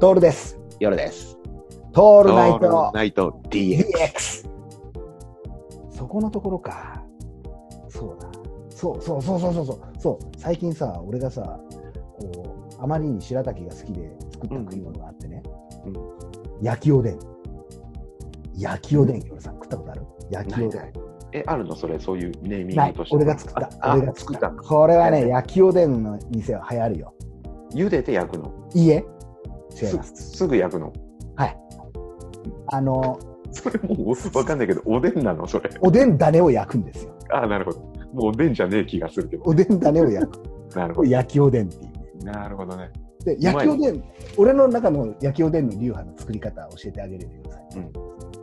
トールです。夜です。トオールナイトナイト DX。 DX。そこのところか。そうだ。そうそうそうそうそうそう。そう最近さ、俺がさ、こうあまりに白滝が好きで作った食い物があってね。うん焼きおでん。焼きおでん、俺さ、食ったことある焼きおでん。え、あるのそれ、そういうネーミなンいグとして。俺が作った。あ、俺があ作った。これはね、焼きおでんの店は流行るよ。茹でて焼くの。いいえ、違いすます。すぐ焼くの。あの、それもうわかんないけど、おでんなのそれ。おでん種を焼くんですよ。あ、なるほど。もうおでんじゃねえ気がするけど。おでん種を焼く。なるこほれ焼きおでんっていう。ど。なるほどね。でう焼まいきのおでん俺の中の焼きおでんの流派の作り方を教えてあげれるよ、うん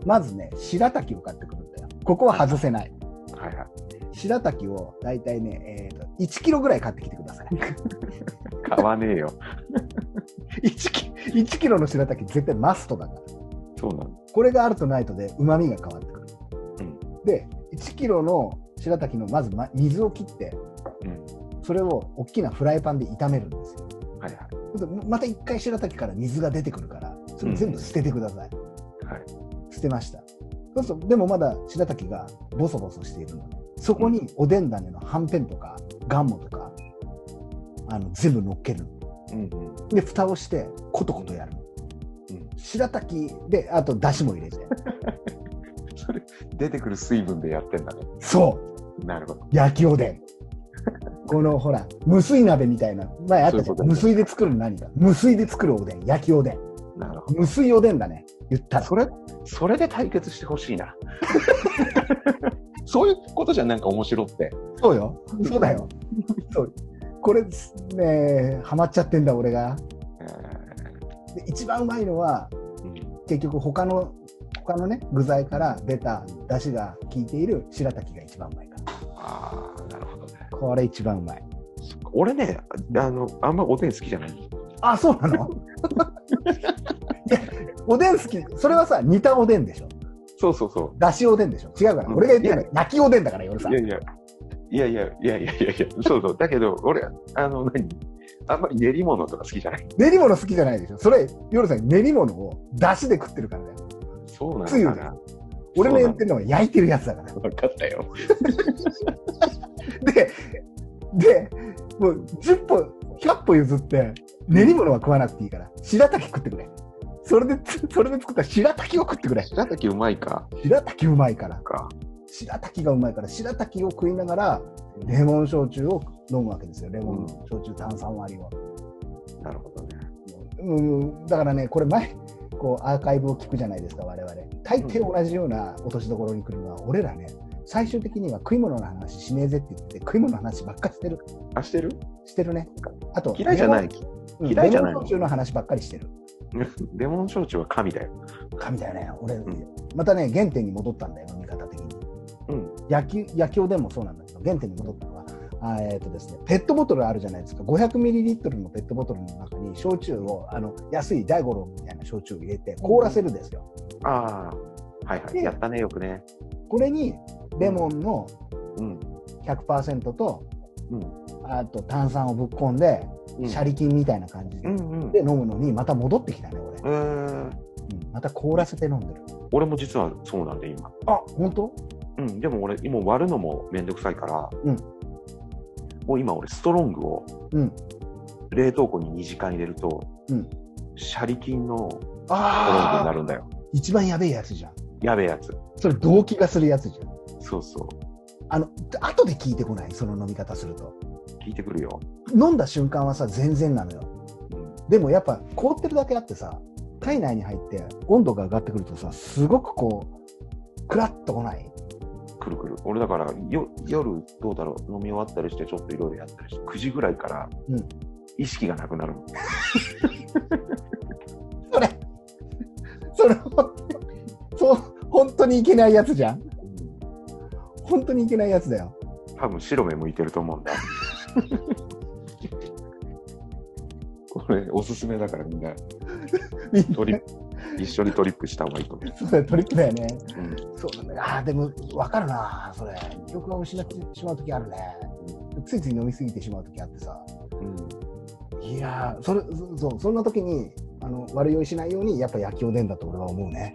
まずね白滝を買ってくるんだよここは外せないはいはい。白滝を大体ね、えー、と1キロぐらい買ってきてください 買わねえよ。 1, キ1キロの白滝絶対マストだからそうなの。これがあるとないとでうまみが変わってくる、うんで1キロの白滝のまずま水を切ってうん。それを大きなフライパンで炒めるんですよはいはい。でまた1回白滝から水が出てくるからそれ全部捨ててください、はい。捨てましたそうするとでもまだ白滝がボソボソしているのでそこにおでん種のはんぺんとかガンモとかあの全部乗っけるうんうん。で蓋をしてコトコトやる、うん白滝であとだしも入れて それ、出てくる水分でやってんだね。そうなるほど。焼きおでんこのほら無水鍋みたいな前あったじそゃういうんこと無水で作るの何か無水で作るおでん焼きおでんなるほ無水おでんだね言ったど。らそれ、それで対決してほしいな。 そういうことじゃんなんか面白って。そうよ。そうだよ。そうこれねハマっちゃってんだ俺が。えで一番うまいのはーうん結局他の他のね具材から出た出汁が効いている白滝が一番うまいから。ああ、なるほどね。これ一番うまい。俺ね、あの、あんまおでん好きじゃない。あそうなの？いやおでん好き。それはさ煮たおでんでしょ。そうそうそ出汁おでんでしょ。違うから。うん俺が言ってるのは焼きおでんだから夜さう。い。やいや、いやいや、いやいやいやい や、そうそう。だけど、俺、あの、何あんまり練り物とか好きじゃない。練り物好きじゃないでしょ。それ夜さん練り物を出汁で食ってるからだよ。そうなつゆのかだな。俺のそうな言のってるのは焼いてるやつだから。分かったよ。で、で、もう10歩、100歩譲って、練り物は食わなくていいから、白滝食ってくれ。それで、つそれで作った白滝を食ってくれ。白滝うまいか。白滝うまいから。か。白滝がうまいから、白滝を食いながら、レモン焼酎を飲むわけですよ。レモン焼酎炭酸割りを。なるほどね。うん、だからね、これ前、こう、アーカイブを聞くじゃないですか、我々。大抵同じような落としどころに来るのは、俺らね、最終的には食い物の話しねえぜって言って、食い物の話ばっかりしてる、あ、してるしてるね。あと、嫌いじゃなうい。ん嫌いじゃないレモン焼酎の話ばっかりしてる。レモン焼酎は神だよ。神だよね。俺、んまたね、原点に戻ったんだよ、飲み方的に。うん。焼き、焼きおでんもそうなんだけど、原点に戻ったのは、あーえっ、とですね、ペットボトルあるじゃないですか。500ミリリットルのペットボトルの中に、焼酎を、あの、安い大五郎みたいな焼酎を入れて、凍らせるんですよ。ああ、はいはい。でやったね、よくね。これに、レモンのうん。 100%と、うん。あと炭酸をぶっ込んで、うんシャリ菌みたいな感じうんうん。で飲むのに、また戻ってきたね、俺。えー、うんまた凍らせて飲んでる。俺も実はそうなんで、今。あ、本当うん、でも俺、今割るのもめんどくさいから、うんもう今俺、ストロングをうん。冷凍庫に2時間入れると、うんシャリ菌のストロングにあなあるんだよ。一番やべえやつじゃん。やべえやつ。それ動機がするやつじゃん。そうそう。あの後で聞いてこないその飲み方すると聞いてくるよ。飲んだ瞬間はさ全然なのようん、でもやっぱ凍ってるだけあってさ体内に入って温度が上がってくるとさすごくこうクラッとこないくるくる。俺だからよ、夜どうだろう、飲み終わったりして、ちょっといろいろやったりして、9時ぐらいからうん意識がなくなるの。それそれほそう本当にいけないやつじゃん本当にいけないやつだよ多分白目向いてると思うん だ。これ、おすすめだからみんな、みんなトリップ、一緒にトリップした方がいいと思う。そうだよトリックだよねうんそうなんだよあーでも分かるなそれ記憶が失ってしまう時あるねついつい飲みすぎてしまう時あってさうんいやーそれそそうそんな時にあのの悪酔いしないようにやっぱ焼きおでんだと俺は思うね